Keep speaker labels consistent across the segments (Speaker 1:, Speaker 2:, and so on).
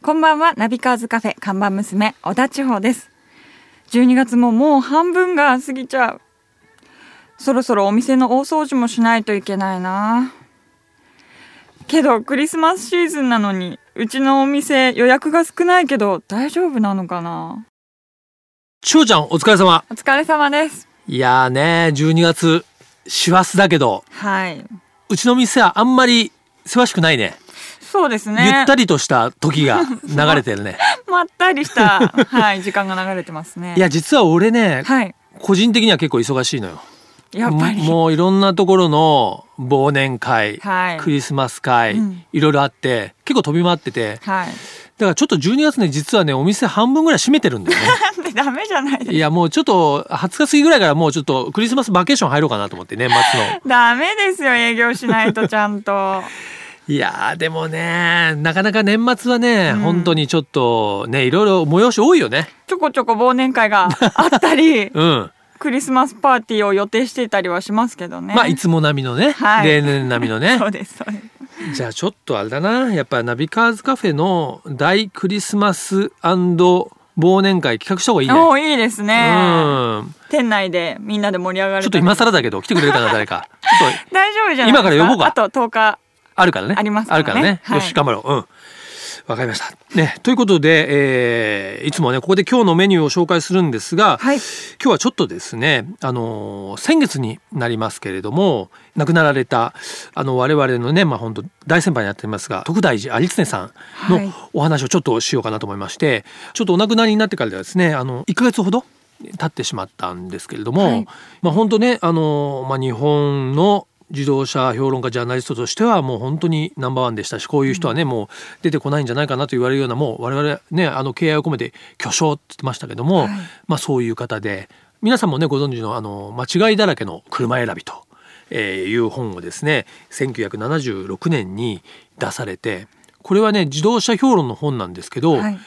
Speaker 1: こんばんはナビカーズカフェ看板娘小田千穂です12月ももう半分が過ぎちゃうそろそろお店の大掃除もしないといけないなけどクリスマスシーズンなのにうちのお店予約が少ないけど大丈夫なのかな
Speaker 2: ちほちゃん、お疲れ様。
Speaker 1: お疲れ様です
Speaker 2: いやーね、12月、師走だけど、
Speaker 1: はいう
Speaker 2: ちの店はあんまり、せわしくないね。
Speaker 1: そうですね
Speaker 2: ゆったりとした 時が流れてるね。
Speaker 1: まったりしたはい時間が流れてますね
Speaker 2: いや、実は俺ね、
Speaker 1: はい
Speaker 2: 個人的には結構忙しいのよ。
Speaker 1: やっぱり
Speaker 2: ももういろんなところの忘年会、
Speaker 1: はい
Speaker 2: クリスマス会、
Speaker 1: うん
Speaker 2: いろいろあって、結構飛び回ってて、
Speaker 1: はい
Speaker 2: だからちょっと12月ね、実はね、お店半分ぐらい閉めてるんだ よね。
Speaker 1: なんでダメじゃないです
Speaker 2: いや、もうちょっと、20日過ぎぐらいからもうちょっとクリスマスバケーション入ろうかなと思って、年末の。
Speaker 1: ダメですよ営業しないとちゃん と
Speaker 2: いやーでもねなかなか年末はね、
Speaker 1: うん
Speaker 2: 本当にちょっとねいろいろ催し多いよね
Speaker 1: ちょこちょこ忘年会があった り
Speaker 2: うん
Speaker 1: クリスマスパーティーを予定していたりはしますけどね
Speaker 2: まあいつも並みのね、
Speaker 1: はい
Speaker 2: 例年並みの ね
Speaker 1: そうですそうです
Speaker 2: じゃあちょっとあれだなやっぱナビカーズカフェの大クリスマス忘年会企画した方がいいね
Speaker 1: おーいいですね
Speaker 2: うん
Speaker 1: 店内でみんなで盛り上がる
Speaker 2: ちょっと
Speaker 1: ために
Speaker 2: 今更だけど来てくれるかな 誰かちょっと
Speaker 1: 大丈夫じゃないですか
Speaker 2: 今から呼ぼうか
Speaker 1: あと10日
Speaker 2: あるからね。
Speaker 1: ありますからね
Speaker 2: あるからね。
Speaker 1: はい
Speaker 2: よし、頑張ろう。うん。わかりました。ね。ということで、えーいつもね、ここで今日のメニューを紹介するんですが、
Speaker 1: はい
Speaker 2: 今日はちょっとですね、あのー先月になりますけれども、亡くなられた、あの、我々のね、まあ本当大先輩になっていますが、徳大寺有常さん
Speaker 1: はい
Speaker 2: のお話をちょっとしようかなと思いまして、ちょっとお亡くなりになってからではですね、あの、1ヶ月ほど、経ってしまったんですけれども、
Speaker 1: はい
Speaker 2: まあ本当ねあの、まあ、日本の自動車評論家ジャーナリストとしてはもう本当にナンバーワンでしたしこういう人はね、もう出てこないんじゃないかなと言われるようなもう我々ねあの敬愛を込めて巨匠って言ってましたけども、
Speaker 1: はい
Speaker 2: まあ、そういう方で皆さんもねご存知のあの「間違いだらけの車選び」とえーいう本をですね1976年に出されてこれはね自動車評論の本なんですけど、
Speaker 1: はい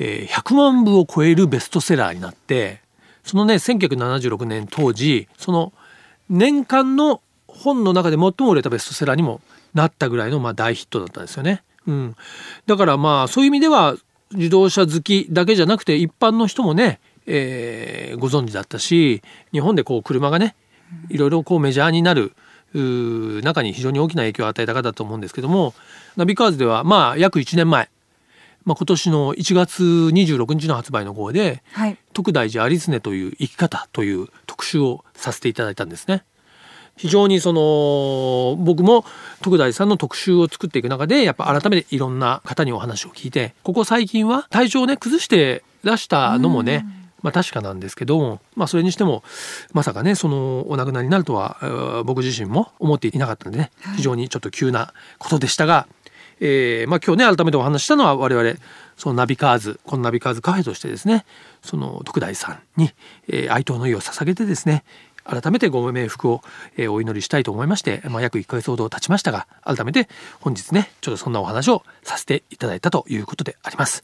Speaker 2: えー100万部を超えるベストセラーになってそのね1976年当時その年間の本の中で最も売れたベストセラーにもなったぐらいのまあ大ヒットだったんですよね。うん、だからまあそういう意味では自動車好きだけじゃなくて一般の人もね、えーご存知だったし日本でこう車がねいろいろこうメジャーになるうー中に非常に大きな影響を与えた方だと思うんですけどもナビカーズではまあ約1年前まあ、今年の1月26日の発売の号で
Speaker 1: はい
Speaker 2: 徳大寺有常という生き方という特集をさせていただいたんですね。非常にその僕も徳大さんの特集を作っていく中でやっぱ改めていろんな方にお話を聞いてここ最近は体調をね崩して出したのもね、まあ確かなんですけども、まあ、それにしてもまさかねそのお亡くなりになるとはえー僕自身も思っていなかったんでね非常にちょっと急なことでしたが、えーまあ、今日ね改めてお話ししたのは我々そのナビカーズこのナビカーズカフェとしてですねその徳大さんに、えー哀悼の意を捧げてですね改めてご冥福を、えーお祈りしたいと思いまして、まあ、約1ヶ月ほど経ちましたが改めて本日ねちょっとそんなお話をさせていただいたということであります、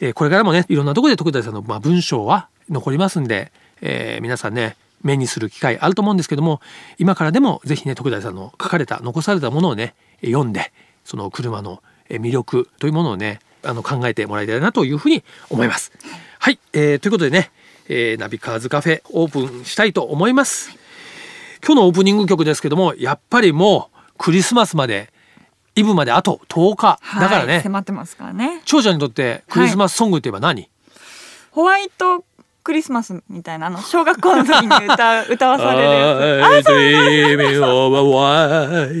Speaker 2: えーこれからもねいろんなところで徳大さんの、まあ、文章は残りますんで、えー皆さんね目にする機会あると思うんですけども今からでもぜひね徳大さんの書かれた残されたものをね読んでその車のえー魅力というものをねあの考えてもらいたいなというふうに思います。はい、えーということでね、えーナビカーズカフェオープンしたいと思います。今日のオープニング曲ですけどもやっぱりもうクリスマスまでイブまであと10日
Speaker 1: はい
Speaker 2: だからね、
Speaker 1: 迫ってますからね
Speaker 2: 長者にとってクリスマスソングといえば何、
Speaker 1: ホワイトクリスマスみたいなあの小学校の時に歌う歌わさ れるやつ
Speaker 2: I dream of a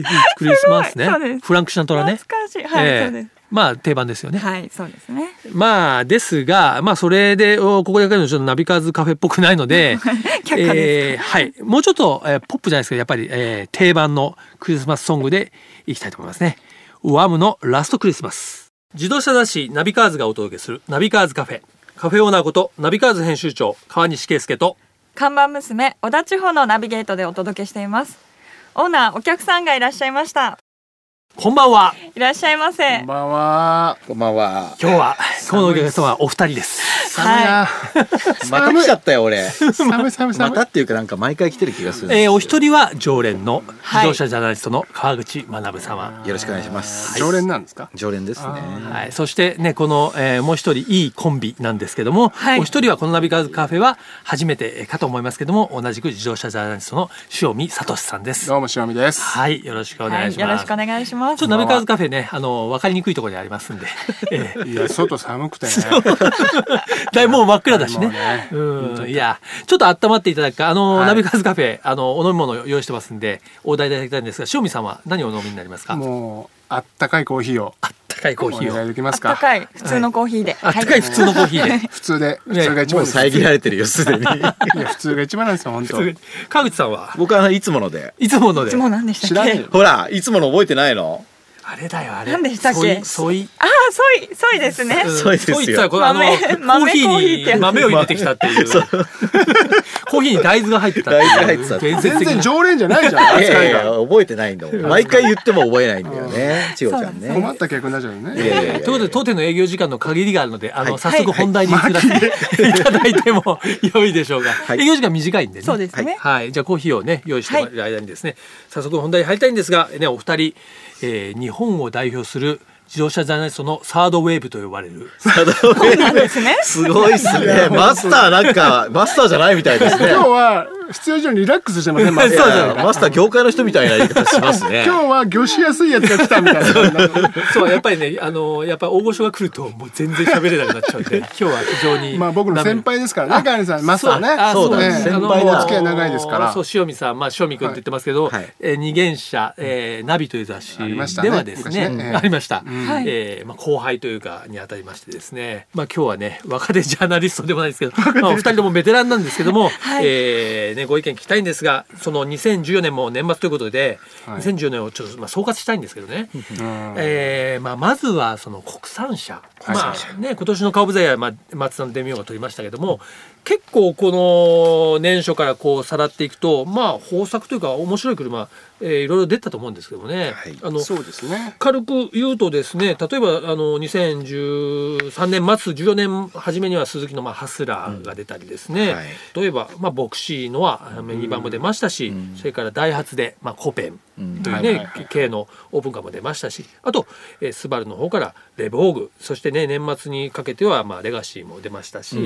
Speaker 2: white Christmas ね
Speaker 1: そうです
Speaker 2: フランク・シナトラね、
Speaker 1: 懐かしいはい、
Speaker 2: ええ
Speaker 1: そうです
Speaker 2: まあ定番ですよね、
Speaker 1: はいそうですね
Speaker 2: まあですがまあそれでおここで書くのちょっとナビカーズカフェっぽくないので
Speaker 1: 却下ですか
Speaker 2: えーはいもうちょっと、えーポップじゃないですけどやっぱり、えー定番のクリスマスソングでいきたいと思いますねワムのラストクリスマス自動車雑誌ナビカーズがお届けするナビカーズカフェカフェオーナーことナビカーズ編集長川西圭介と
Speaker 1: 看板娘小田地方のナビゲートでお届けしていますオーナーお客さんがいらっしゃいました
Speaker 2: こんばんはい
Speaker 1: らっしゃいま
Speaker 3: こ
Speaker 1: せ
Speaker 3: んばんは。
Speaker 4: こんばんは。
Speaker 2: 今日は今日のお客様はお二人です。
Speaker 3: 寒いな、
Speaker 4: また来ちゃったよ俺
Speaker 3: 寒い寒い
Speaker 4: ま
Speaker 3: 寒い
Speaker 4: たっていうかなんか毎回来てる気がするんです
Speaker 2: えー、
Speaker 4: よ
Speaker 2: お一人は常連の自動車ジャーナリストの川口学様。
Speaker 4: よろしくお願いします
Speaker 3: 常連なんですか
Speaker 4: 常連ですね
Speaker 2: はい、そしてねこの、えーもう一人いいコンビなんですけども、
Speaker 1: はい
Speaker 2: お一人はこのナビカーズカフェは初めてかと思いますけども同じく自動車ジャーナリストの塩見聡さんです
Speaker 3: ど。うも塩見です
Speaker 2: はいよろしくお
Speaker 1: は
Speaker 2: 願い
Speaker 1: い、
Speaker 2: し
Speaker 1: よろ
Speaker 2: ま
Speaker 1: し
Speaker 2: す。
Speaker 1: くお願いしま
Speaker 2: ちょ
Speaker 1: す
Speaker 2: っと。ナビカーズカフェねあの分かりにくいところにありますんで、 えー
Speaker 3: いや外寒くてね
Speaker 2: だいぶもう真っ暗だしね。
Speaker 3: もうね
Speaker 2: うん、いや、ちょっと温まっていただくか、あの、
Speaker 3: はい
Speaker 2: ナビカーズカフェ、あの、お飲み物を用意してますんで、お題いただきたいんですが、塩見さんは何をお飲みになりますか
Speaker 3: もうあったかいコーヒーを
Speaker 2: あったかいコ
Speaker 3: お
Speaker 2: ーヒー
Speaker 3: 願
Speaker 2: を。
Speaker 3: いでき
Speaker 1: あ
Speaker 3: ま
Speaker 1: っ
Speaker 3: すか
Speaker 1: たかい普通のコーヒーで。
Speaker 2: あったかい普通のコーヒー で。
Speaker 3: 普通で普
Speaker 2: ね
Speaker 3: 通が一
Speaker 4: も
Speaker 3: 番
Speaker 4: う
Speaker 3: です、
Speaker 4: 遮られてるよすで に
Speaker 3: いや普通が一番なんですよ本当
Speaker 2: 普通川口さんは、
Speaker 4: 僕はいつもので
Speaker 2: いつもの
Speaker 1: い
Speaker 2: で
Speaker 1: つ。も何でしたっけ？
Speaker 3: 知らねえよ
Speaker 4: ほらいつもの覚えてないの
Speaker 2: あれだよ、あれ。
Speaker 1: 何でしたっけ
Speaker 2: ソイ、
Speaker 1: ああ、ソイソイですね。
Speaker 4: ソイですよ
Speaker 2: ソイって言ったらこのあの、コ
Speaker 1: 豆
Speaker 2: ーヒ
Speaker 1: 豆コーヒーって
Speaker 2: ー
Speaker 1: や
Speaker 2: に
Speaker 1: つ
Speaker 2: 豆を入れてきたっていう。 コーヒーに大豆が入ってたっていう。
Speaker 4: 大豆が入ってた
Speaker 2: 伝説
Speaker 3: 全
Speaker 2: 的な
Speaker 3: 然常連じゃないじゃん
Speaker 4: いや
Speaker 3: 扱い
Speaker 4: いや
Speaker 3: が
Speaker 4: 覚えてないんだもん毎回言っても覚えないんだよね千代ちゃん
Speaker 3: 困っ
Speaker 4: ね
Speaker 3: た客になっちゃうよ
Speaker 4: いやい
Speaker 3: ね
Speaker 4: や
Speaker 2: ということで当店の営業時間の限りがあるのであの、
Speaker 4: はい
Speaker 2: 早速本題に移らせていただいても良いでしょう か、
Speaker 4: い
Speaker 2: 営業時間短いんでね
Speaker 1: そうですね。
Speaker 2: はい、じゃあコーヒーをね用意している間にですね、早速本題に入りたいんですが、ね、お二人、えー日本を代表する自動車ジャーナリストのサードウェーブと呼ばれる
Speaker 1: そうなんですね。
Speaker 4: すごいっす ねマスターなんかマスターじゃないみたいですね
Speaker 3: 今日は普通以上にリラックスしてませんマスター
Speaker 4: いやマスター業界の人みたいな言い方しますね
Speaker 3: 今日は魚しやすいやつが来たみたいな
Speaker 2: そうやっぱりねあのやっぱり大御所が来るともう全然喋れなくなっちゃうん で今日は非常に
Speaker 3: まあ僕の先輩ですからね、カーネさん、マスターね。
Speaker 2: あ
Speaker 4: そうだ
Speaker 3: ね
Speaker 4: ね
Speaker 3: 先
Speaker 4: 先
Speaker 3: 輩
Speaker 4: 輩
Speaker 3: の
Speaker 4: だ
Speaker 3: お付き合い長いですか
Speaker 2: あの
Speaker 3: ら
Speaker 2: そう。塩見さん、まあ、塩見君って言ってますけど、
Speaker 4: はい
Speaker 2: えー二元車、えーナビという雑誌
Speaker 3: りましたね
Speaker 2: ではですね
Speaker 3: 昔ねええ
Speaker 2: ありました、
Speaker 1: はい
Speaker 2: えーまあ、後輩というかにあたりましてですね、まあ、今日はね若手ジャーナリストでもないで すけど、まあ、お二人ともベテランなんですけども、
Speaker 1: はい
Speaker 2: えーね、ご意見聞きたいんですがその2014年も年末ということで、
Speaker 3: はい
Speaker 2: 2014年をちょっと、まあ、総括したいんですけどね、
Speaker 3: うん
Speaker 2: えーまあ、まずはその国産車、
Speaker 3: 国
Speaker 2: ま
Speaker 3: 産車
Speaker 2: あね、今年の顔ぶざや、まあ、松田のデミオが取りましたけども結構この年初からこうさらっていくと、まあ、豊作というか面白い車、えーいろいろ出たと思うんですけどもね、
Speaker 4: はい
Speaker 2: あの
Speaker 3: そうですね。
Speaker 2: 軽く言うとですね例えばあの2013年末14年初めには鈴木のまあハスラーが出たりですね、
Speaker 4: うんはい
Speaker 2: 例えば、まあ、ボクシーのはメニバンも出ましたし、
Speaker 4: うん
Speaker 2: それからダイハツで、まあ、コペン。
Speaker 4: うん
Speaker 2: という
Speaker 3: はいはい
Speaker 2: ね
Speaker 3: はい、
Speaker 2: 系のオープンカーも出ましたし、あと、えースバルの方からレボーグ、そしてね、年末にかけては、まあ、レガシーも出ましたし、
Speaker 4: うん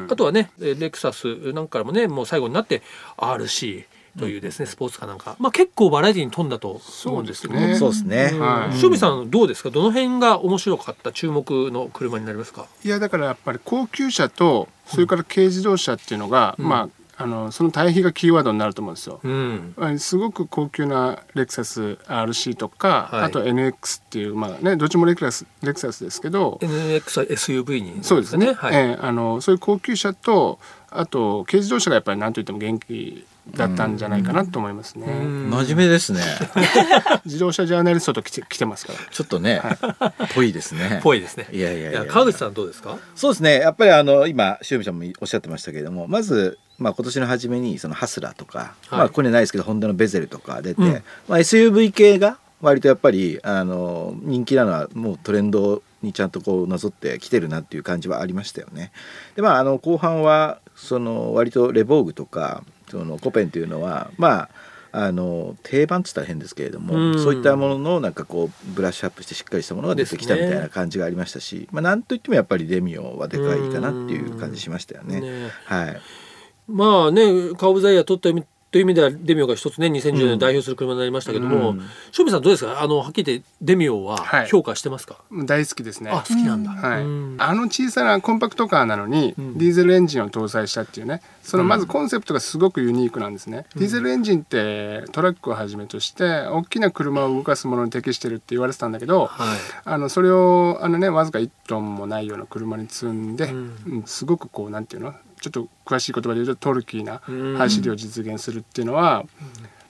Speaker 3: うん
Speaker 2: あとはね、えーレクサスなんかもね、もう最後になって RC というですね、スポーツカーなんか、まあ、結構バラエティに富んだと思うんですけど
Speaker 3: そう
Speaker 2: ね。
Speaker 4: そうですね
Speaker 3: はい
Speaker 2: 塩見さんどうですかどの辺が面白かった注目の車になりますか
Speaker 3: いやだからやっぱり高級車とそれから軽自動車っていうのが、
Speaker 2: うん
Speaker 3: まああのその対比がキーワードになると思うんですよ。
Speaker 2: うん
Speaker 3: すごく高級なレクサス RC とか、
Speaker 2: はい
Speaker 3: あと NX っていうまあねどっちもレクサスレクサスですけど、
Speaker 2: NX は SUV になるん
Speaker 3: そうですね。
Speaker 2: はい
Speaker 3: ええあのそういう高級車とあと軽自動車がやっぱりなんといっても元気だったんじゃないかなと思いますね。
Speaker 2: うん
Speaker 4: 真面目ですね
Speaker 3: 自動車ジャーナリストと来て来てますから。
Speaker 4: ちょっとねぽいですね
Speaker 2: ぽいですね
Speaker 4: いやいやいや
Speaker 2: いや川口さんどうですか
Speaker 4: そうですねやっぱりあの今塩見さんもおっしゃってましたけれどもまず、まあ、今年の初めにそのハスラーとか、
Speaker 2: はい
Speaker 4: まあ、ここにはないですけどホンダのベゼルとか出て、
Speaker 2: うん
Speaker 4: まあ、SUV 系が割とやっぱりあの人気なのはもうトレンドにちゃんとこうなぞってきてるなっていう感じはありましたよね。でまああの後半はその割とレボーグとかそのコペンというのはまああの定番っつったら変ですけれども、
Speaker 2: うん
Speaker 4: そういったもののなんかこうブラッシュアップしてしっかりしたものが出てきたみたい
Speaker 2: です
Speaker 4: な
Speaker 2: ね
Speaker 4: 感じがありましたし、まあ、なんといってもやっぱりデミオはでかいかなっていう感じしましたよね。
Speaker 2: ね
Speaker 4: はい、
Speaker 2: まあね、カーブザイヤー取った意味という意味ではデミオが一つね2010年を代表する車になりましたけども、
Speaker 4: うん
Speaker 2: 正味さんどうですかあのはっきり言ってデミオ
Speaker 3: は
Speaker 2: はい評価してますか、
Speaker 3: 大好きですね。
Speaker 2: あ好きなんだ、
Speaker 3: はい、
Speaker 2: うん
Speaker 3: あの小さなコンパクトカーなのに、
Speaker 2: うん
Speaker 3: ディーゼルエンジンを搭載したっていうねそのまずコンセプトがすごくユニークなんですね、ディーゼルエンジンってトラックをはじめとして大きな車を動かすものに適してるって言われてたんだけど、
Speaker 2: はい
Speaker 3: あのそれをあの、ね、わずか1トンもないような車に積んで、
Speaker 2: うん
Speaker 3: うんすごくこうなんていうのちょっと詳しい言葉で言うとトルキーな
Speaker 2: うん
Speaker 3: 走りを実現するっていうのは、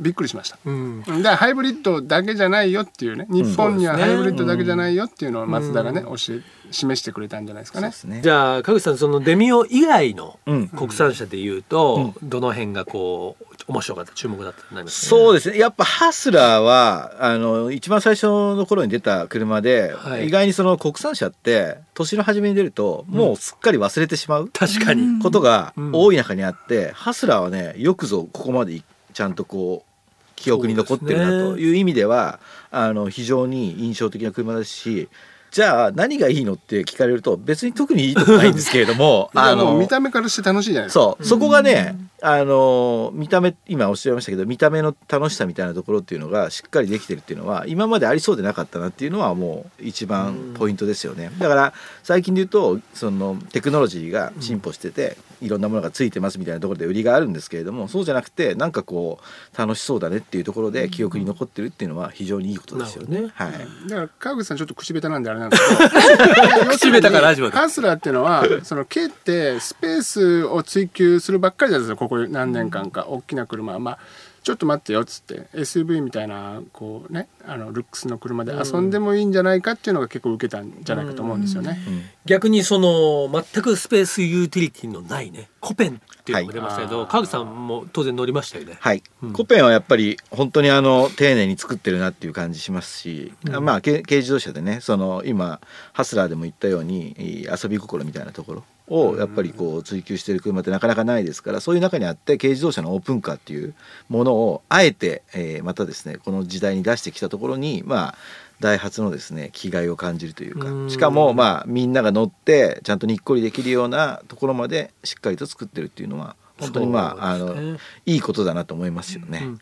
Speaker 3: びっくりしました。
Speaker 2: うん
Speaker 3: でハイブリッドだけじゃないよっていうね日本には
Speaker 2: そうです
Speaker 3: ハ
Speaker 2: ね
Speaker 3: イブリッドだけじゃないよっていうのを松田がね、
Speaker 2: う
Speaker 3: 教え示してくれたんじゃないです
Speaker 4: そ
Speaker 3: か
Speaker 4: う
Speaker 3: ね
Speaker 4: で。すね。
Speaker 2: じゃあ川口さんそのデミオ以外の
Speaker 4: うん
Speaker 2: 国産車でいうと、どの辺がこう面白かった注目だったなりますね
Speaker 4: そうですねやっぱハスラーはあの一番最初の頃に出た車で、
Speaker 2: はい
Speaker 4: 意外にその国産車って年の初めに出るともうすっかり忘れてしまう
Speaker 2: 確かに、
Speaker 1: うん
Speaker 4: ことが
Speaker 2: うん
Speaker 4: 多い中にあって、ハスラーはねよくぞここまでいちゃんとこう記憶に残ってるな
Speaker 2: そうですね
Speaker 4: という意味ではあの非常に印象的な車ですしじゃあ何がいいのって聞かれると別に特にいいとこないんですけれども あ
Speaker 3: あの
Speaker 4: の
Speaker 3: 見た目からして楽しいじゃないですか。
Speaker 4: そうそこがね、あの見た目今おっしゃいましたけど見た目の楽しさみたいなところっていうのがしっかりできてるっていうのは今までありそうでなかったなっていうのはもう一番ポイントですよね、だから最近で言うとそのテクノロジーが進歩してて、いろんなものがついてますみたいなところで売りがあるんですけれどもそうじゃなくてなんかこう楽しそうだねっていうところで記憶に残ってるっていうのは非常にいいことですよね。
Speaker 2: なる
Speaker 4: はい
Speaker 3: だから川口さんちょっと口下手なんであれなんですけど
Speaker 2: 口下手から始まる
Speaker 3: ハスラーっていうのはその K ってスペースを追求するばっかりだったんですよここ何年間か大きな車はまあちょっと待ってよっつって SUV みたいなこうねあのルックスの車で遊んでもいいんじゃないかっていうのが結構受けたんじゃないかと思うんですよね。
Speaker 4: うん
Speaker 2: 逆にその全くスペースユーティリティのないねコペンっていうのが出ましたけど、
Speaker 3: はい
Speaker 2: 川口さんも当然乗りましたよね、
Speaker 4: はい、
Speaker 2: うん
Speaker 4: コペンはやっぱり本当にあの丁寧に作ってるなっていう感じしますし、
Speaker 2: うん
Speaker 4: あまあ軽軽自動車でねその今ハスラーでも言ったようにいい遊び心みたいなところをやっぱりこう追求してる車ってなかなかないですからそういう中にあって軽自動車のオープンカーっていうものをあえて、えーまたですねこの時代に出してきたところにまあダイハツのですね気概を感じるというか
Speaker 2: うん
Speaker 4: しかもまあみんなが乗ってちゃんとにっこりできるようなところまでしっかりと作ってるっていうのは本当にまあ、
Speaker 2: そう
Speaker 4: あ
Speaker 2: ですね
Speaker 4: のいいことだなと思いますよね。
Speaker 2: うん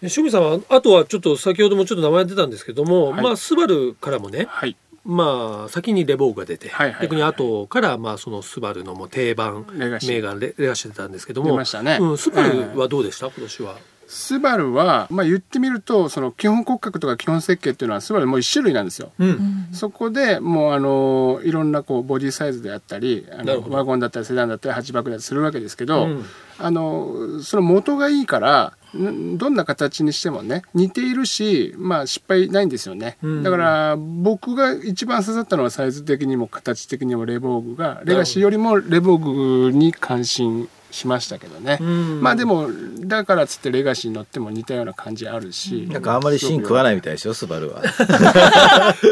Speaker 2: で趣味さんはあとはちょっと先ほどもちょっと名前出たんですけども、
Speaker 3: はい
Speaker 2: まあスバルからもね、
Speaker 3: はい
Speaker 2: まあ先にレボーグが出て、
Speaker 3: はいはいはい
Speaker 2: 逆に後からまあそのスバルのもう定番
Speaker 3: レガシー
Speaker 2: メーガンレレガシー出たんですけど
Speaker 3: 出
Speaker 2: も、
Speaker 3: ましたね
Speaker 2: うん、スバルはどうでした、今年は。
Speaker 3: スバルは、まあ、言ってみるとその基本骨格とか基本設計っていうのはスバルもう一種類なんですよ。
Speaker 2: うん、
Speaker 3: そこでもうあのいろんなこうボディサイズであったりあ
Speaker 2: なるほ
Speaker 3: の
Speaker 2: ど
Speaker 3: ワゴンだったりセダンだったりハッチバックだったりするわけですけど、
Speaker 2: うん
Speaker 3: あのその元がいいからんどんな形にしてもね似ているし、まあ、失敗ないんですよね、
Speaker 2: うん
Speaker 3: だから僕が一番刺さったのはサイズ的にも形的にもレボーグがレガシーよりもレボーグに感心しましたけどね、
Speaker 2: うん
Speaker 3: まあでもだからっつってレガシーに乗っても似たような感じあるし、
Speaker 4: なんかあんまり芯食わ
Speaker 3: な
Speaker 4: な
Speaker 3: い
Speaker 4: いみたいですよ、ス バルは。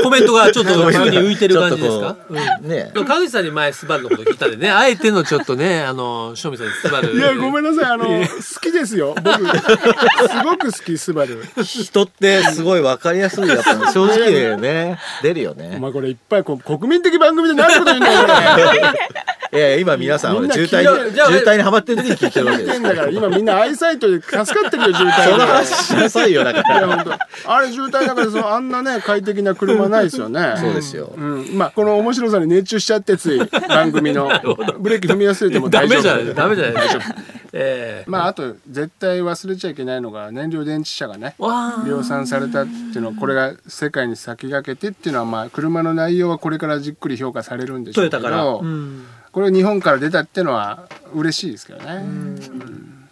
Speaker 2: コメントが ちょっと急に浮いてる感じですか
Speaker 4: ちょっ。とこ
Speaker 2: う
Speaker 4: うんね
Speaker 2: でも川口さんに前スバルのこと聞いたんでね、あえてのちょっとね、あの、正味さんにスバル。
Speaker 3: いやごめんなさいあの好きですよ僕すごく好きスバル
Speaker 4: え、人ってすごいわかりやすいやっぱ正直ね、出るよ
Speaker 3: お
Speaker 4: ね。
Speaker 3: 前これいっぱいこう国民的番組で何てこと言うんだよこれ
Speaker 4: いやいや今皆さん
Speaker 3: みんな
Speaker 4: 渋
Speaker 3: 聞いて
Speaker 4: 滞に
Speaker 2: じゃあ
Speaker 4: 渋滞にハマってる時に聞いてるわけ
Speaker 3: 言
Speaker 4: で
Speaker 3: って
Speaker 4: す
Speaker 3: ん
Speaker 4: から。
Speaker 3: だから今みんなアイサイトで助かってるよ渋
Speaker 4: そ
Speaker 3: 滞
Speaker 4: の
Speaker 3: が
Speaker 4: 話しなさいよだか
Speaker 3: い や
Speaker 4: ら。
Speaker 3: 本当あれ渋滞だからそのあんなね快適な車ないですよね
Speaker 4: そうですよ。
Speaker 3: うん、まあこの面白さに熱中しちゃってつい番組のブレーキ踏み忘れても
Speaker 2: ダ
Speaker 3: 大丈
Speaker 2: メ
Speaker 3: 夫
Speaker 2: じゃない、ダメじゃない。ええ
Speaker 3: まああと絶対忘れちゃいけないのが燃料電池車がね
Speaker 2: わあ。
Speaker 3: 量産されたっていうのはこれが世界に先駆けてっていうのはまあ車の内容はこれからじっくり評価されるんでし
Speaker 2: ト
Speaker 3: ょ
Speaker 2: ヨ
Speaker 3: うけ
Speaker 2: タから。
Speaker 3: ど、
Speaker 2: うん
Speaker 3: これが日本から出たっていうのは嬉しいですけどね。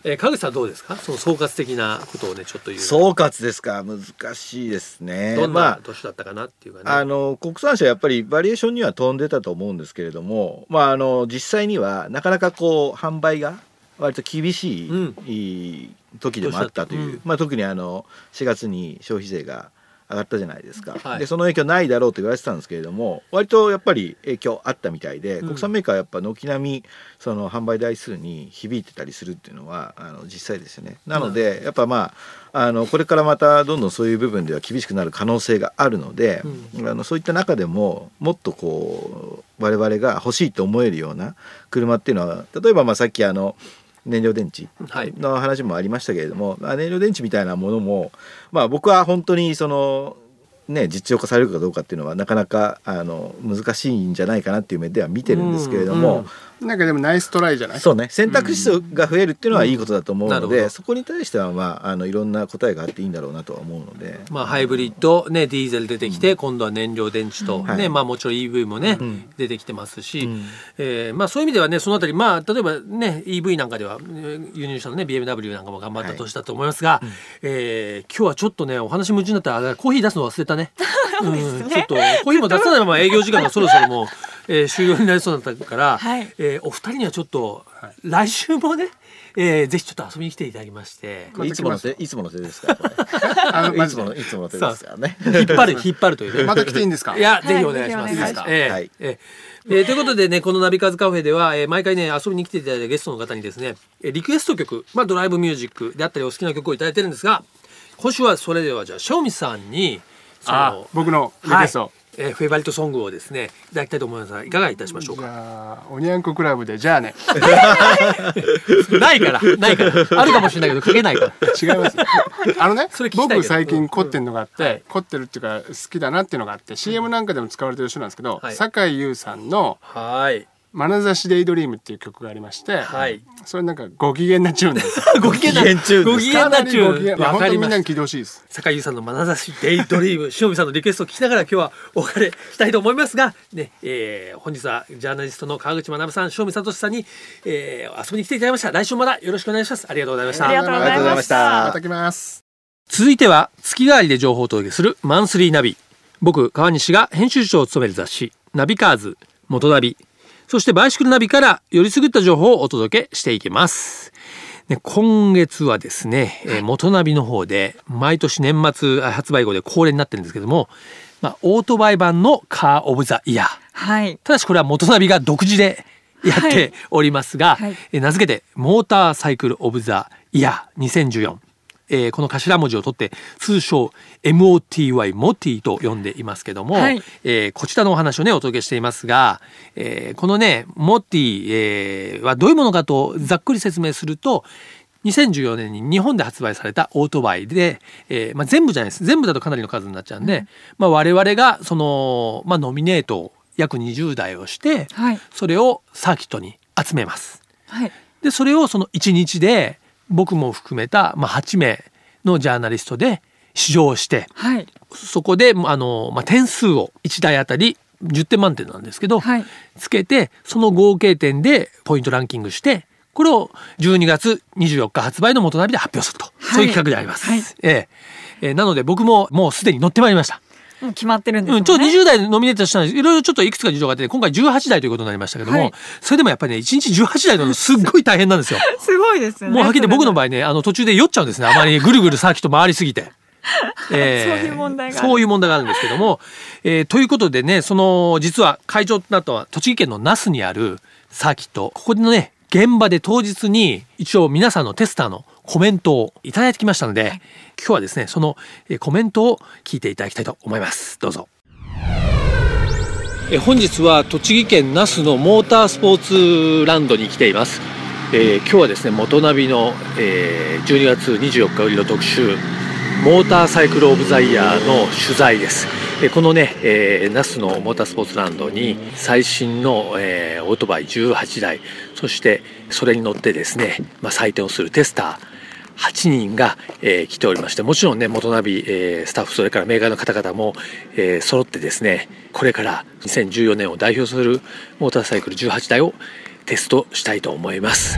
Speaker 2: えー川口さんどうですか。その総括的なことをね、ちょっと言う。
Speaker 4: 総括ですか難しいですね。
Speaker 2: どん
Speaker 4: まあ
Speaker 2: な年だったかなっていうかね。
Speaker 4: あの国産車やっぱりバリエーションには飛んでたと思うんですけれども、まあ、あの実際にはなかなかこう販売が割と厳しい,、
Speaker 2: うん
Speaker 4: 時でもあったという、
Speaker 2: うん
Speaker 4: まあ、特にあの4月に消費税が上がったじゃないですか、
Speaker 2: はい
Speaker 4: でその影響ないだろうと言われてたんですけれども割とやっぱり影響あったみたいで、
Speaker 2: うん
Speaker 4: 国産メーカーはやっぱ軒並みその販売台数に響いてたりするっていうのはあの実際ですよね。なので、やっぱまああのこれからまたどんどんそういう部分では厳しくなる可能性があるので、あのそういった中でももっとこう我々が欲しいと思えるような車っていうのは例えばまあさっきあの燃料電池
Speaker 2: はい
Speaker 4: の話もありましたけれども、まあ燃料電池みたいなものも、まあ、僕は本当にその、ね、実用化されるかどうかっていうのはなかなかあの難しいんじゃないかなっていう目では見てるんですけれども。
Speaker 2: うんうん
Speaker 3: なんかでもナイストライじゃない
Speaker 4: そうね選択肢が増えるっていうのはいいことだと思う
Speaker 2: うん
Speaker 4: の
Speaker 2: なる
Speaker 4: で、
Speaker 2: ほど
Speaker 4: そこに対しては、まあ、あのいろんな答えがあっていいんだろうなとは思うので、
Speaker 2: まあ、ハイブリッド、ね、ディーゼル出てきて、今度は燃料電池と、ね
Speaker 4: んはい
Speaker 2: まあ、もちろん EV もね、
Speaker 4: ん
Speaker 2: 出てきてますし、
Speaker 4: ん
Speaker 2: えーまあ、そういう意味ではねそのあたり、まあ、例えば、ね、EV なんかではえー輸入車の、ね、BMW なんかも頑張った
Speaker 4: はい
Speaker 2: 年だと思いますが、えー今日はちょっとねお話夢中 になったらあコーヒー出すの忘れたねうんちょっとコーヒーも出さないまま営業時間がそろそろもうえー終了になりそうだったから、
Speaker 1: はい
Speaker 2: えーお二人にはちょっと、来週もね、えーぜひちょっと遊びに来ていただきまして
Speaker 3: また来ます
Speaker 4: いつもの手いつもの手です からこ
Speaker 3: あ
Speaker 4: れい
Speaker 3: マ
Speaker 4: つ
Speaker 3: ジ
Speaker 4: も
Speaker 3: で
Speaker 4: のいつもの手ですからね
Speaker 2: 引っ張る引っ張ると いうね。
Speaker 3: また来ていいんですか
Speaker 2: いや、
Speaker 1: い
Speaker 2: ぜひお願いしま
Speaker 1: ぜ
Speaker 2: す。
Speaker 1: ひお願いし
Speaker 3: ます
Speaker 2: ええ
Speaker 4: はい
Speaker 2: えええーということでね、このナビカズカフェでは、えー毎回ね、遊びに来ていただいたゲストの方にですね、えーリクエスト曲、まあ、ドライブミュージックであったり、お好きな曲をいただいてるんですが、今週はそれでは、じゃあ、正味さんに、その
Speaker 3: あ僕のリク
Speaker 2: は
Speaker 3: エ
Speaker 2: い
Speaker 3: スト、
Speaker 2: えーフェイバリットソングをですね、いただきたいと思いますが、いかがいたしましょう
Speaker 3: じ
Speaker 2: か。
Speaker 3: ゃあおにゃんこクラブでじゃあね
Speaker 2: ないから、ないから。あるかもしれないけど、かけないから。
Speaker 3: 違います あのね
Speaker 2: それ聞きたいけど
Speaker 3: 僕最近凝ってるのがあっ
Speaker 2: うんは
Speaker 3: て
Speaker 2: い
Speaker 3: 凝ってるっていうか好きだなっていうのがあって CM なんかでも使われてる人なんですけど
Speaker 2: はい
Speaker 3: 酒井優さんの
Speaker 2: はい。
Speaker 3: 「眼差しデイドリーム」っていう曲がありまして
Speaker 2: はい
Speaker 3: それなんかご機嫌なチューンなんですよ
Speaker 2: ご機嫌なチューンですか。ご機嫌
Speaker 3: かな
Speaker 2: なチ
Speaker 3: りご機
Speaker 2: ュ
Speaker 3: 嫌
Speaker 2: ーン。わ
Speaker 3: 本
Speaker 2: か
Speaker 3: 当
Speaker 2: り
Speaker 3: にみ
Speaker 2: まし
Speaker 3: んな
Speaker 2: た
Speaker 3: に聞いてほしいです
Speaker 2: 坂井優さんの眼差しデイドリーム塩見さんのリクエストを聞きながら今日はお別れしたいと思いますが、ねえー本日はジャーナリストの川口学さん塩見聡さんに、えー遊びに来ていただきました来週もまたよろしくお願いしますありがとうございまし
Speaker 1: あ
Speaker 2: た
Speaker 1: りがとうございまし
Speaker 4: あ
Speaker 1: た
Speaker 3: また来ます
Speaker 2: 続いては月替わりで情報をお届けするマンスリーナビ僕川西が編集長を務める雑誌ナビカーズ元ナビそしてバイシクルナビからよりすぐった情報をお届けしていきます、ね、今月はですね、えー元ナビの方で毎年年末あ発売後で恒例になってるんですけども、まあ、オートバイ版のカー・オブ・ザ・イヤー
Speaker 1: はい
Speaker 2: ただしこれは元ナビが独自でやっ
Speaker 1: は
Speaker 2: て
Speaker 1: い
Speaker 2: おりますが、
Speaker 1: はい
Speaker 2: えー名付けてモーターサイクルオブザイヤー2014、えーこの頭文字を取って通称 MOTY モティと呼んでいますけども、
Speaker 1: はい
Speaker 2: えーこちらのお話をねお届けしていますが、えーこのねモティ、えーはどういうものかとざっくり説明すると2014年に日本で発売されたオートバイで、えーまあ、全部じゃないです全部だとかなりの数になっちゃうんで、まあ、我々がその、まあ、ノミネートを約20台をして、
Speaker 1: はい
Speaker 2: それをサーキットに集めます。
Speaker 1: はい
Speaker 2: でそれをその1日で僕も含めた、まあ、8名のジャーナリストで試乗して
Speaker 1: はい
Speaker 2: そこであの、まあ、点数を1台あたり10点満点なんですけど、
Speaker 1: はい
Speaker 2: つけてその合計点でポイントランキングしてこれを12月24日発売の元ナビで発表すると、
Speaker 1: い
Speaker 2: そういう企画であります。
Speaker 1: はい
Speaker 2: えええーなので僕ももうすでに乗ってまいりました。
Speaker 1: もう決まってるんです
Speaker 2: う
Speaker 1: よ
Speaker 2: ん、
Speaker 1: ね
Speaker 2: ちょっと20代でノミネートしたんですけどいろいろちょっといくつか事情があって、今回18台ということになりましたけども、
Speaker 1: はい
Speaker 2: それでもやっぱりね、1日18台乗るのすっごい大変なんですよ。
Speaker 1: すごいですよね
Speaker 2: もうはっきり言って僕の
Speaker 1: 場合
Speaker 2: 場合ね、あの途中で酔っちゃうんですね。あまりぐるぐるサーキット回りす ぎて。
Speaker 1: そういう問題がある
Speaker 2: そういう問題があるんですけども、えーということでね、その、実は会長となったのは栃木県の那須にあるサーキット、ここでね、現場で当日に一応皆さんのテスターのコメントをいただいてきましたので、今日はですね、そのえーコメントを聞いていただきたいと思います。どうぞ。えー本日は栃木県那須のモータースポーツランドに来ています、えー今日はですね元ナビの、えー12月24日売りの特集モーターサイクルオブザイヤーの取材ですえーこのね、えー、那須のモータースポーツランドに最新の、えーオートバイ18台そしてそれに乗ってですね、まあ、採点をするテスター8人が、えー来ておりましてもちろんね元ナビ、えースタッフそれからメーカーの方々も、えー揃ってですねこれから2014年を代表するモーターサイクル18台をテストしたいと思います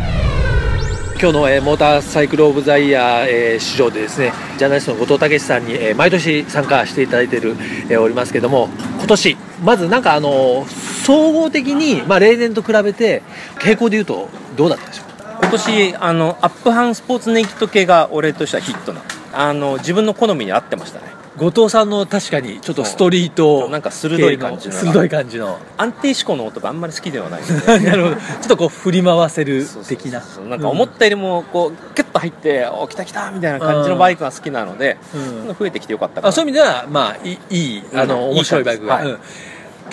Speaker 2: 今日の、えーモーターサイクル・オブ・ザ・イヤー、えー市場でですねジャーナリストの後藤武さんに、えー毎年参加していただいている、えーおりますけども今年まずなんかあのー総合的に、まあ、例年と比べて傾向でいうとどうだったでしょうか
Speaker 5: 今年あのアップハンスポーツネイキッド系が俺としてはヒットなあの自分の好みに合ってましたね
Speaker 2: 後藤さんの確かにちょっとストリート
Speaker 5: なんか鋭い感じの
Speaker 2: 系の鋭い感じの
Speaker 5: 安定志向の音があんまり好きではないので
Speaker 2: なるほどちょっとこう振り回せる
Speaker 5: そうそうそう
Speaker 2: 的な
Speaker 5: そうなんか思ったよりもこうキュッと入って「お来た来た」みたいな感じのバイクが好きなので、
Speaker 2: うん
Speaker 5: 増えてきてよかったかな
Speaker 2: あそういう意味ではまあいいいいあの、
Speaker 5: うん
Speaker 2: 面白いバイクが
Speaker 5: いい
Speaker 2: うん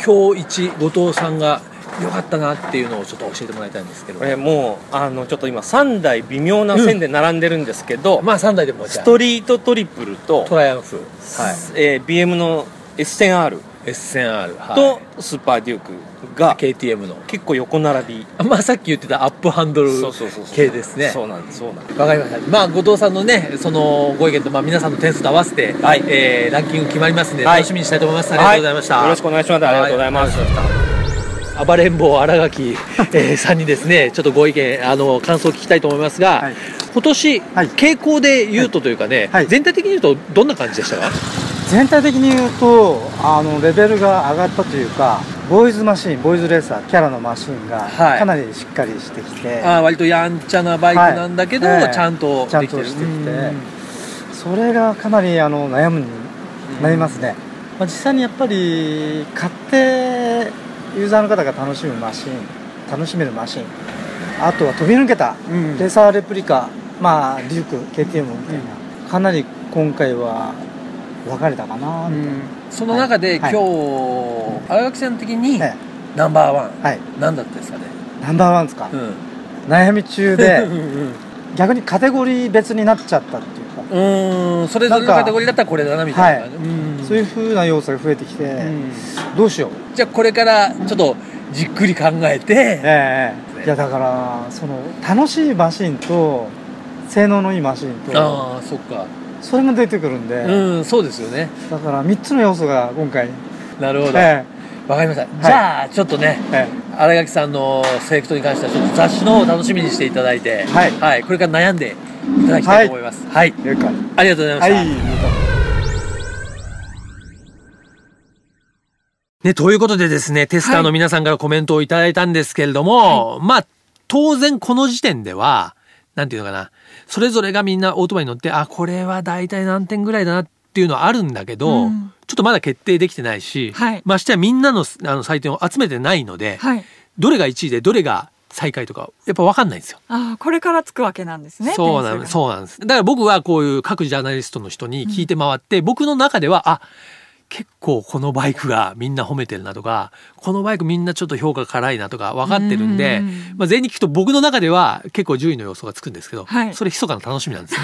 Speaker 2: 今日一後藤さんが良かったなっていうのをちょっと教えてもらいたいんですけど、
Speaker 5: これもうあのちょっと今3台微妙な線で並んでるんですけど、
Speaker 2: まあ3台でもじゃ
Speaker 5: ス
Speaker 2: あ
Speaker 5: トリートトリプルと、
Speaker 2: トライアンフ、
Speaker 5: えー BM の S10R
Speaker 2: S1000R、はい
Speaker 5: とスーパーデュークが
Speaker 2: KTM の
Speaker 5: 結構横並び
Speaker 2: あまあさっき言ってたアップハンドル系ですね
Speaker 5: そうなんですそうなんです
Speaker 2: わかりました。まあ、後藤さんのね、そのご意見と、まあ、皆さんの点数と合わせて、
Speaker 5: はい
Speaker 2: えーランキング決まりますんで、
Speaker 5: はい
Speaker 2: 楽しみにしたいと思います。ありがとうございました。
Speaker 5: はよろしくお願いしますありがとうございます、
Speaker 2: す。暴れん坊荒垣、 えー、さんにですね、ちょっとご意見、あの、感想を聞きたいと思いますが、今年、傾向で言うとというかね、
Speaker 6: はい
Speaker 2: 全体的に言うとどんな感じでしたか、
Speaker 6: 全体的に言うとあのレベルが上がったというかボーイズマシーンボーイズレーサーキャラのマシーンが
Speaker 5: はい
Speaker 6: かなりしっかりしてきて、
Speaker 5: あー割とやんちゃなバイクなんだけど、
Speaker 6: はい
Speaker 5: ちゃんと
Speaker 6: ちゃ
Speaker 5: で
Speaker 6: ん
Speaker 5: きて
Speaker 6: と
Speaker 5: る
Speaker 6: してきて
Speaker 5: うん
Speaker 6: それがかなりあの悩むになりますね、まあ、実際にやっぱり買ってユーザーの方が楽しむマシン楽しめるマシンあとは飛び抜けた
Speaker 5: うん
Speaker 6: レーサーレプリカ、まあデューク KTM みたいな、かなり今回は分かれたかなみたいな、
Speaker 5: その中で、
Speaker 6: は
Speaker 5: 今
Speaker 6: い
Speaker 5: 日荒垣さん的に、
Speaker 6: ね
Speaker 5: ナンバーワン、
Speaker 6: はい
Speaker 5: 何だったんですかね、
Speaker 6: ナンバーワンですか、
Speaker 5: うん
Speaker 6: 悩み中
Speaker 5: う
Speaker 6: で
Speaker 5: んうん
Speaker 6: 逆にカテゴリー別になっちゃったっていうか、
Speaker 5: うーんそれぞれの
Speaker 6: なんか
Speaker 5: カテゴリーだったらこれだなみたいな、
Speaker 6: はい
Speaker 5: うん
Speaker 6: そういうふうな要素が増えてきて、
Speaker 5: うん
Speaker 6: どうしよう
Speaker 5: じゃあこれからちょっとじっくり考えて、
Speaker 6: ええいやだからその楽しいマシンと性能のいいマシンと
Speaker 5: ああそっか
Speaker 6: それが出てくるんで、
Speaker 5: うんそうですよね
Speaker 6: だから3つの要素が今回、
Speaker 5: なるほどわ、
Speaker 6: え
Speaker 5: かりました、じゃあちょっとね
Speaker 6: ええ
Speaker 5: 新垣さんのセレクトに関してはちょっと雑誌の方を楽しみにしていただいて、
Speaker 6: はい
Speaker 5: これから悩んでいただきたいと思いますはい、
Speaker 6: え了解
Speaker 5: ありがとうございました、
Speaker 2: ね、ということでですね、テスターの皆さんからコメントをいただいたんですけれども、まあ、当然この時点では、なんていうのかな、それぞれがみんなオートバイに乗って、あ、これは大体何点ぐらいだなっていうのはあるんだけど、
Speaker 1: うん
Speaker 2: ちょっとまだ決定できてないし、
Speaker 1: はい
Speaker 2: ましてはみんなのあの採点を集めてないので、
Speaker 1: はい。
Speaker 2: どれが1位でどれが最下位とか、やっぱ分かんないんですよ。
Speaker 1: ああ、これからつくわけなんですね。
Speaker 2: そうな
Speaker 1: 点数
Speaker 2: の
Speaker 1: が
Speaker 2: そうなんです。だから僕はこういう各ジャーナリストの人に聞いて回って、僕の中では、あ、結構このバイクがみんな褒めてるなとか、このバイクみんなちょっと評価辛いなとか分かってるんで
Speaker 1: うんうんうん、
Speaker 2: まあ全員に聞くと僕の中では結構順位の予想がつくんですけど、
Speaker 1: はい
Speaker 2: それ密かな楽しみなんですね。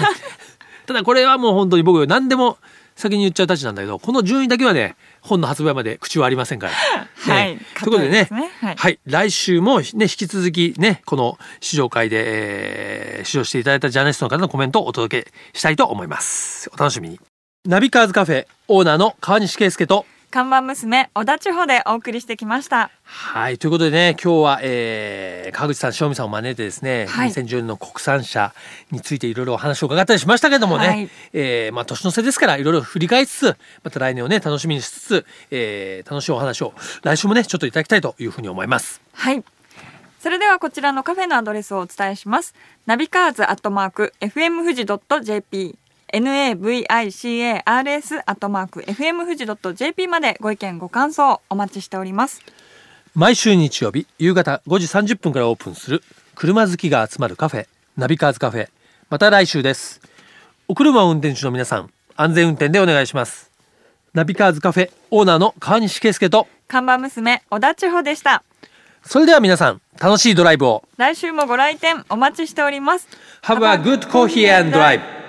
Speaker 2: ただこれはもう本当に僕何でも先に言っちゃうたちなんだけど、この順位だけはね、本の発売まで口はありませんか ら。
Speaker 1: はい
Speaker 2: ねということでね、
Speaker 1: 硬いですねはい
Speaker 2: はい、来週もね、引き続きね、この試乗会で、えー試乗していただいたジャーナリストの方のコメントをお届けしたいと思います。お楽しみに。ナビカーズカフェオーナーの川西圭介と、
Speaker 1: 看板娘小田地方でお送りしてきました。
Speaker 2: はい、ということでね、今日は、えー川口さん、塩見さんを招いてですね、
Speaker 1: はい
Speaker 2: 2014年の国産車についていろいろお話を伺ったりしましたけれどもね、
Speaker 1: はい
Speaker 2: えーまあ年の瀬ですからいろいろ振り返りつつ、また来年をね、楽しみにしつつ、えー楽しいお話を来週もね、ちょっといただきたいというふうに思います。
Speaker 1: はい。それではこちらのカフェのアドレスをお伝えします。ナビカーズアットマーク fm 富士ドット jp navicars アットマーク fm 富士ドット jp までご意見ご感想お待ちしております。
Speaker 2: 毎週日曜日夕方5時30分からオープンする車好きが集まるカフェナビカーズカフェまた来週ですお車を運転手の皆さん安全運転でお願いしますナビカーズカフェオーナーの川西圭介と
Speaker 1: 看板娘小田地方でした。
Speaker 2: それでは皆さん楽しいドライブを
Speaker 1: 来週もご来店お待ちしております。
Speaker 2: Have a good coffee and drive